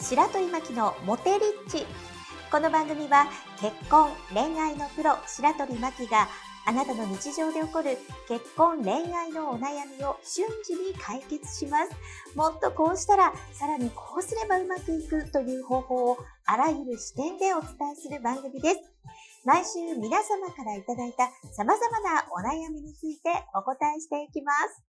白鳥真希のモテリッチこの番組は結婚恋愛のプロ白鳥真希があなたの日常で起こる結婚恋愛のお悩みを瞬時に解決しますもっとこうしたらさらにこうすればうまくいくという方法をあらゆる視点でお伝えする番組です毎週皆様からいただいた様々なお悩みについてお答えしていきます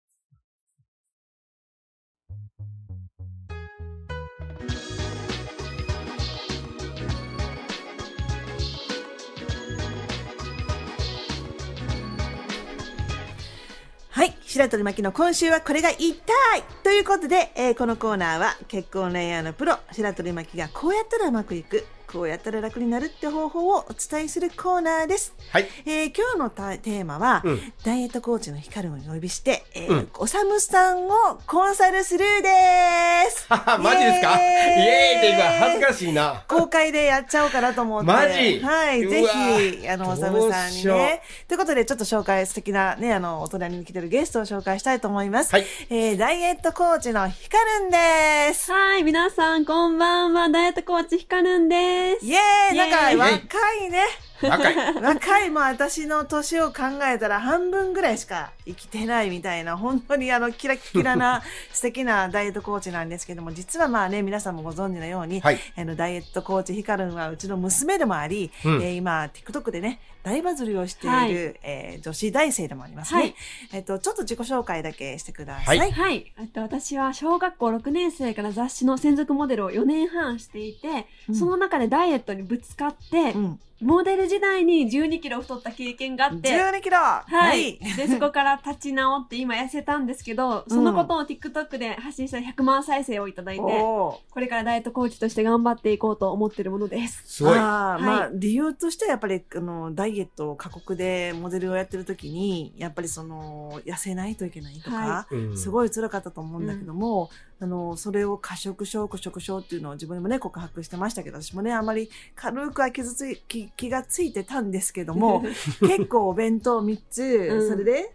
はい白鳥真希の今週はこれが言いたいということで、えーこのコーナーは結婚恋愛のプロ白鳥真希がこうやったらうまくいくこうやったら楽になるって方法をお伝えするコーナーです、はい。えー今日のたテーマは、うん。 ダイエットコーチの光をお呼びして、えーうんおさむさんをコンサルするですははマジですかイイエーイエーイっていうか、恥ずかしいな。公開でやっちゃおうかなと思って。マジはい。うぜわひ、あの、おさむさんにどうしようね。ということで、ちょっと紹介、素敵なね、あの、お隣に来てるゲストを紹介したいと思います。はいえーダイエットコーチのひかるんです。はい、皆さん、こんばんは。ダイエットコーチ、ひかるんです。イエーイなんか、イエーイ若いね。若い。 若い、もう私の年を考えたら半分ぐらいしか生きてないみたいな、本当にあの、キラキラ な素敵なダイエットコーチなんですけども、実はまあね、皆さんもご存知のように、はい。あのダイエットコーチヒカルンはうちの娘でもあり、うんえー今 TikTok でね大バズりをしている、はいえー女子大生でもありますね、はいえっとちょっと自己紹介だけしてください、はいはい。えっと私は小学校6年生から雑誌の専属モデルを4年半していて、うんその中でダイエットにぶつかって、うん、モデル時代に12キロ太った経験があって、 12キロははい。で、そこから立ち直って今痩せたんですけど、そのことを TikTok で発信した100万再生をいただいて、おーこれからダイエットコーチとして頑張っていこうと思ってるものです。すごい。あーまあは、理由としてはやっぱりあのダイエットを過酷でモデルをやってる時にやっぱりその痩せないといけないとか、はすい。ごい辛かったと思うんだけども、あのそれを過食症過食症っていうのを自分でもね告白してましたけど私もねあまり軽くは傷つい気気がついてたんですけども 結構お弁当3つ、んそれで、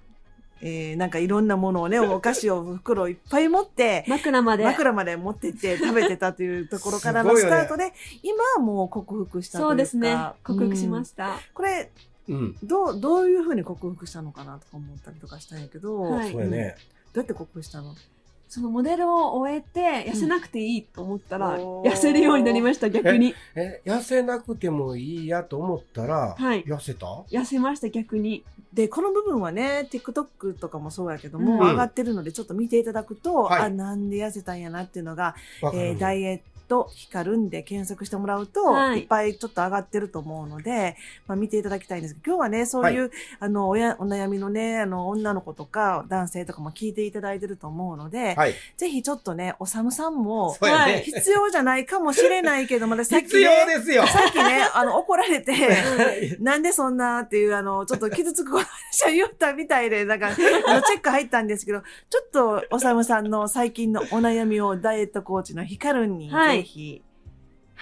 えーなんかいろんなも のをねお菓子を袋いっぱい持って。枕まで。枕まで持ってって食べてたというところからのすごいスよタねートで、今はもう克服したというかそうですね。克服しまた、した。うんこれうん。どうどういうふうに克服したのかなとか思ったりとかしたんやけど、はいそうやね。どうやって克服したのそのモデルを終えて痩せなくていいと思ったら、うんおー痩せるようになりました逆にえ、痩せなくてもいいやと思ったら、はい痩せた痩せました逆にでこの部分はね TikTok とかもそうやけども、うん上がってるのでちょっと見ていただくと、はいあなんで痩せたんやなっていうのが、わかえーる。ダイエット光るんで検索してもらうと、はいい、っぱいちょっと上がってると思うので、まあ、見ていただきたいんですけど今日はねそういう、あのおやお悩みのねあの女の子とか男性とかも聞いていただいてると思うので、はい。ぜひちょっとねおさむさんもそうやはねい。必要じゃないかもしれないけどまださっき 必ね要ですよ。さっきねあの怒られ て。はいなんでそんなっていう、あの、ちょっと傷つく話を言ったみたいで、なんか、あの、チェック入ったんですけど、ちょっと、おさむさんの最近のお悩みをダイエットコーチのヒカルンに、はいぜひ。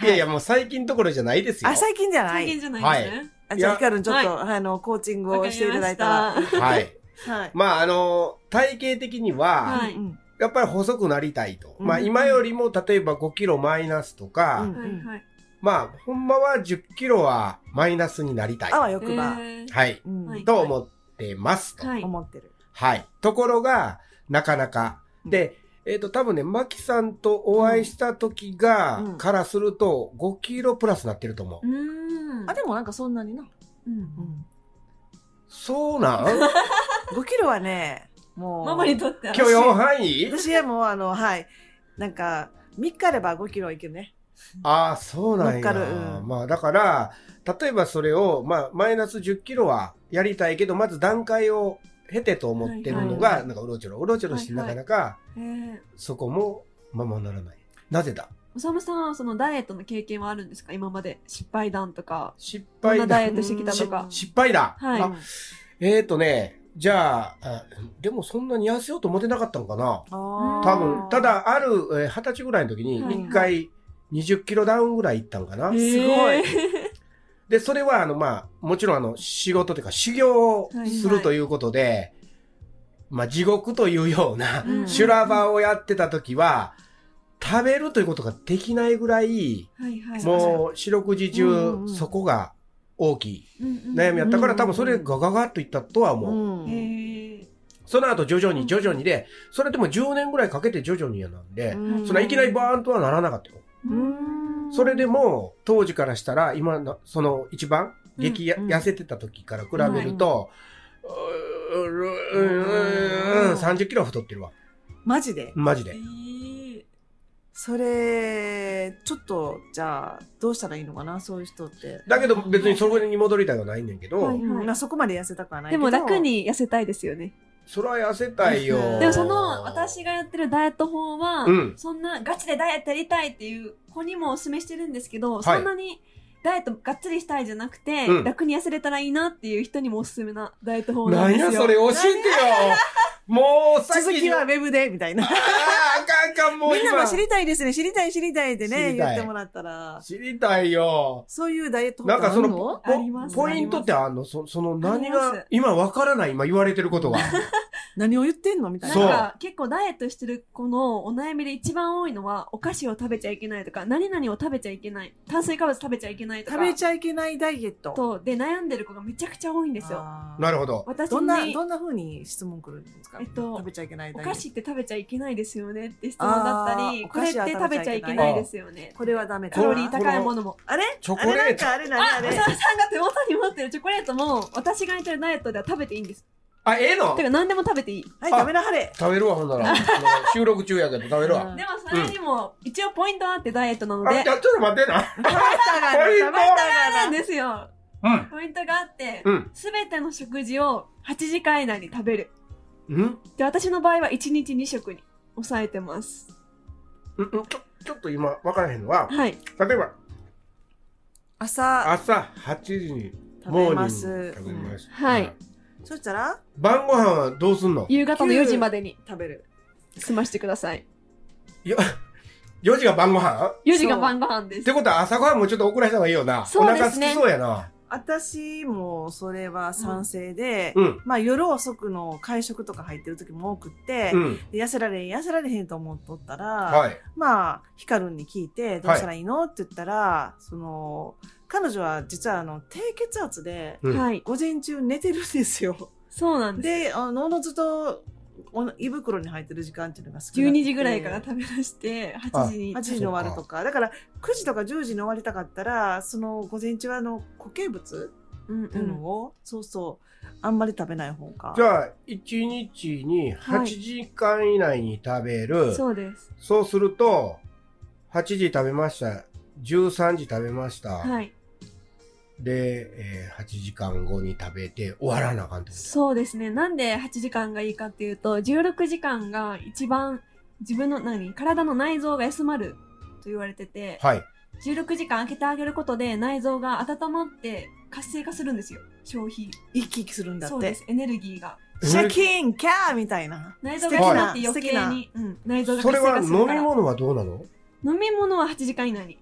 いやいや、もう最近どころじゃないですよ。あ、最近じゃな最近いじゃないですね、あじゃあ、いやヒカルンちょっと、あの、コーチングわかをりしていただいたまら。したはい。はい。まあ、あの、体型的にはは、うんうんやっぱり細くなりたいと。まあ、うん今よりも、例えば5キロマイナスとか、うんはいはいまあ、ほんまは10キロはマイナスになりたい。あはわよくば。えーい。うんはいと思ってますと。はい。はい思ってる。ところが、なかなか。で、えっ、と、多分ね、マキさんとお会いした時が、うんからすると、5キロプラスなってると思う。うーんあ、でもなんかそんなにな。うんそう なん5キロはね、もう。ママにとっては許容範囲私はもう、あの、はい。なんか、3日あれば5キロいけるね。ああ、そうなん乗っかや。るうんまあ、だから、例えばそれを、まあ、マイナス10キロはやりたいけど、まず段階を経てと思ってるのが、はいはいなんかうろちょろ、うろちょろして、はいはいなかなか、えーそこもままならない。なぜだおさむさんはそのダイエットの経験はあるんですか今まで失敗談とか失こん敗なダだイエ。ットしてきたとかうん失敗だ。はいあえっ、ー、とね、じゃああ、でもそんなに痩せようと思ってなかったのかなあー多分、た、だ、ある、えー二十歳ぐらいの時に、はい一回、20キロダウンぐらいいったんかなえ。ーすご いで、それは、あの、まあ、もちろん、あの、仕事というか、修行をすはいはるいということで、まあ、地獄というような、うん修羅場をやってた時は、食べるということができないぐらい、はいはい。もう四六時中うんうんそこが大きいうんうん悩みやったから、うん多分それガガガッといったとは思う。うんへーその後徐々に徐々にで、それでも10年ぐらいかけて徐々にやなんで、うんそんないきなりバーンとはならなかったよ。うんそれでも、当時からしたら、今の、その一番、うん激や、うん痩せてた時から比べると、うーうーうーうん30キロ太ってるわ。マジでマジへで。ーそれちょっとじゃあどうしたらいいのかなそういう人って、だけど別にそこに戻りたいはないねんけど、はいうんまあ、そこまで痩せたくはないでけども楽に痩せたいですよね。それは痩せたいよ。でもその私がやってるダイエット法は、うんそんなガチでダイエットやりたいっていう子にもお勧めしてるんですけど、いそんなにダイエットがっつりしたいじゃなくて、うん楽に痩せれたらいいなっていう人にもおすすめなダイエット法ななんんですよ。やそれ教えてよもうさっき続きはウェブでみたいなあーあかんあかんもうみんな今も知りたいですね知りたい知りたいって知ねりた言いってもらったら知りたいよそういうダイエット法なんかそのってあるのありますポイントってあんのそその何ありまがす今わからない今言われてることが 何を言ってんのみたいなんなそうか結構ダイエットしてる子のお悩みで一番多いのはお菓子を食べちゃいけないとか何々を食べちゃいけない炭水化物食べちゃいけないとか食べちゃいけないダイエットとで悩んでる子がめちゃくちゃ多いんですよ。あーなるほど私どんなにどんな風に質問くるんですか、えっと食べちゃいけないおダイエット菓子って食べちゃいけないですよねって質問だったあーりおこ菓れっ子はて食べちゃいけないですよねこれはダメだカなロリー高いものもあれチョあコれなレんートかあれなああれれさんが手元に持ってるチョコレートも私がやってるダイエットでは食べていいんですあええのてか何でも食べていいはいダメな晴れ食べるわほんな ら収録中やけど食べるわうんでもそれにも一応ポイントはあってダイエットなのあでちょちょっと待ってな食べたがポるイ食ンべトたながんるですよポイントがあってうんすべての食事を8時間以内に食べるうんうんで私の場合は1日2食に抑えてますうんうんちょちょっと今わからへんのははい例えば朝朝8時に食モーニンべグます食べますはいそしたら晩ご飯はどうすんの夕方の4時までに食べる済ましてくださいよ 4時が晩ご飯4時が晩ご飯でっすてことは朝ごはんもちょっと遅らした方がいいよな。そうですねお腹空きそうやな。私もそれは賛成で、うん。まあ夜遅くの会食とか入ってる時も多くって、うん。で痩せられへん痩せられへんと思っとったら、はい。まあヒカルンに聞いてどうしたらいいの、って言ったらその彼女は実はあの低血圧でうんはい午前中寝てるんですよ。そうなんでで、すあのおのずとおの胃袋に入ってる時間っていうのが少なくて12時ぐらいから食べ出して8時に8時に終わるとかだから9時とか10時に終わりたかったらその午前中はあの固形物うんっていうのを、そうそうあんまり食べない方がじゃあ、1日に8時間以内に食べる。うんそうそうですすると、8時食べました。13時食べました。はいで、えー8時間後に食べて終わらなあかんってことそうですねなんで8時間がいいかっていうと16時間が一番自分の何体の内臓が休まると言われてて、はい。 16時間空けてあげることで内臓が温まって活性化するんですよ消費生き生きするんだそっうでてすエネルギーがシャキーンキャーみたいな内臓素が敵休なまって余計に、うん、内臓がそ活れ性は化する飲かみら物はどうなの飲み物は8時間以内に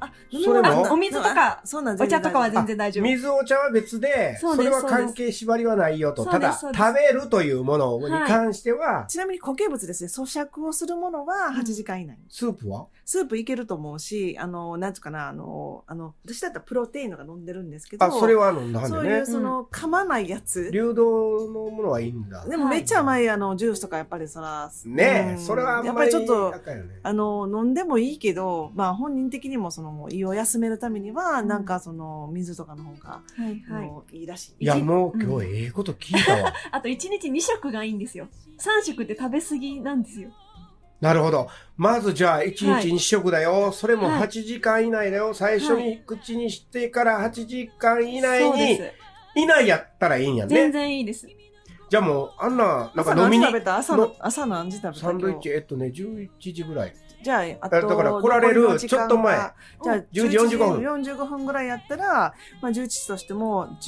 あ飲み物はあお水とかそうなんお茶とかは全然全然大丈夫水お茶は別で、そそうですれは関係縛りはないよと。そうでたすだ、そ食うですべるというものに関しては、ちなみに固形物ですね咀嚼をするものは8時間以内、スープはスープいけると思うしあのなんつうかなあのあの私だったらプロテインのが飲んでるんですけどあ、それは飲んだんそだういねう。その噛まないやつ、流動のものはいいんだ。でもはいめっちゃ甘いあのジュースとかやっぱりそらねえ、うんそれはあんやっまぱりりちょっと高いよねあの飲んでもいいけどまあ本人的にもそのもう胃を休めるためには、うんなんかその水とかの方が、はいあはいのいいらしいいや、もう今日ええこと聞いた わ。あと1日2食がいいんですよ3食って食べ過ぎなんですよなるほど。まずじゃあ、1日2食だよ。それもはい8時間以内だよ。最初はに口にしてから8時間以内そうでに、す以内やったらいいんや全ね。然いいですじゃあもう、あんな、なん朝か飲み何に時食、べた朝の朝何時食べたサンドイッチ、今えっとね、11時ぐらい。日じゃああだから来られる残りの時間がちょっと前じゃあ10時45分45分ぐらいやったら、まあ、11時としても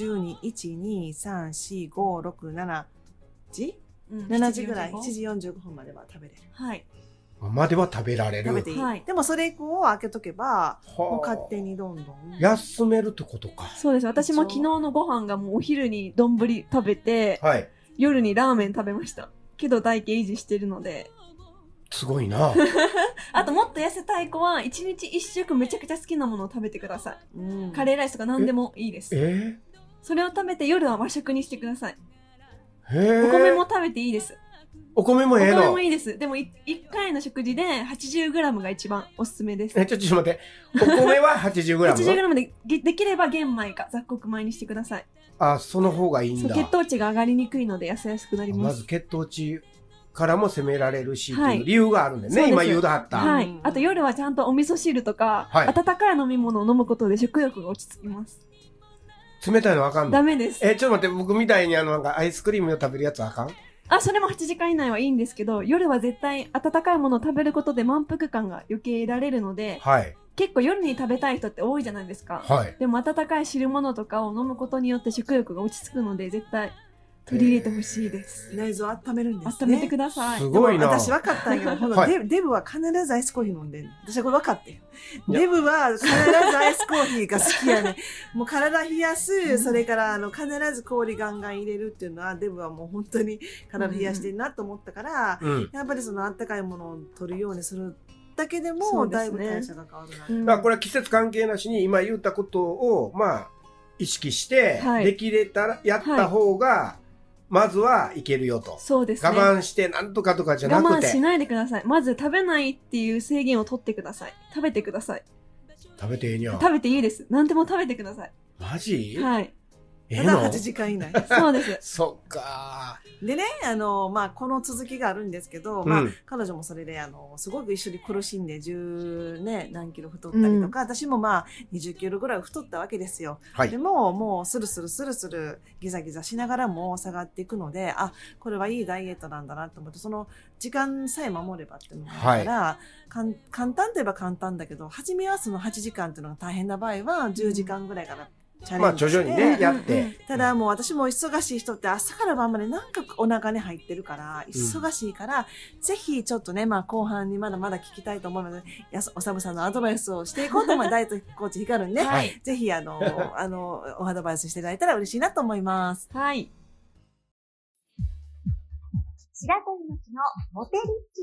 12123456時うん7時ぐらい7 7時45分までは食べれるはいまでは食べられる。食べていい、はいでもそれ以降を開けとけばはあもう勝手にどんどん休めるってことか。そうです私も昨日のご飯がもうお昼に丼食べてはい。夜にラーメン食べましたけど体型維持してるのですごい な。あともっと痩せたい子は一日一食めちゃくちゃ好きなものを食べてください。うんカレーライスとか何でもいいです。えそれを食べて夜は和食にしてください。ー、えーお米も。食べていいです。お米もおええ米のも。いいです。でもい1回の食事で 80g が一番おすすめです。え、ちょ、ちょっと待って。お米は 80g? 80g でぎできれば玄米か雑穀米にしてください。あ、その方がいいんそうだ。血糖値が上がりにくいので痩せやすくなりま。ますず血糖値からも攻められるし、はっていいう理由があるんだよそうね。です今言うとはった。ずははういん。あと夜はちゃんとお味噌汁とか、はい温かい飲み物を飲むことで食欲が落ち着きます。い冷たいのあかんのダメです。え、ちょっと待って、僕みたいにあの、なんかアイスクリームを食べるやつあかんあ、それも8時間以内はいいんですけど、夜は絶対温かいものを食べることで満腹感が余計得られるので、はい。結構夜に食べたい人って多いじゃないですか。はい。でも温かい汁物とかを飲むことによって食欲が落ち着くので、絶対取り入れてほしいです。内臓温めるんです、ね。温めてください。すごいな。でも私分かったんよ。ほなはいデブデブは必ずアイスコーヒー飲んでんの私はこれ分かってん。いやデブは必ずアイスコーヒーが好きやねん。もう体冷やす、それからあの必ず氷ガンガン入れるっていうのは、デブはもう本当に体冷やしてんなと思ったから、うん。やっぱりそのあったかいものを取るようにするだけでそも、うでだすいねぶ代謝が変わるな。うんだからこれは季節関係なしに今言ったことを、まあ、意識して、はいできれたら、やった方が、まずはいけるよと。そうですね。我慢してなんとかとかじゃな我く、慢してないでください。まず食べないっていう制限を取ってください。食べてください。食べてええにゃ。食べていいです。何でも食べてください。マジはい。ええただの8時間以内。そうです。そっかでね、あの、まあ、この続きがあるんですけど、ー。まあう、ん。彼女もそれであのすごく一緒に苦しんで10、ね、何キロ太ったりとか、私もまあ20キロぐらい太ったわけですよ、はいでももうスルスルスルスルギザギザしながらも下がっていくのであこれはいいダイエットなんだなと思ってその時間さえ守ればっていうのがあるから、かん簡単といえば簡単だけど初めはその8時間っていうのが大変な場合は10時間ぐらいからチャまレあ、ンジ徐して、々にね、うんやって。ただもう私も忙しい人って朝から晩までなんかお腹に入ってるから、忙しいから、ぜひちょっとね、まあ後半にまだまだ聞きたいと思うので、やすおさむさんのアドバイスをしていこうと思うダイエットコーチヒカルにね、はい。ぜひあの、あの、おアドバイスしていただいたら嬉しいなと思います。はい。白鳥の木のモテ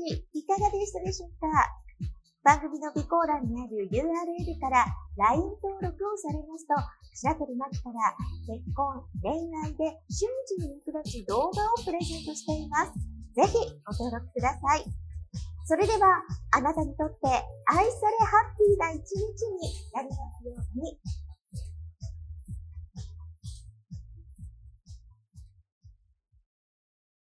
リッチ、いかがでしたでしょうか番組の備考欄にある URL から LINE 登録をされますと、白鳥真希から結婚、恋愛で瞬時に役立つ動画をプレゼントしています。ぜひご登録ください。それでは、あなたにとって愛されハッピーな一日になりますように。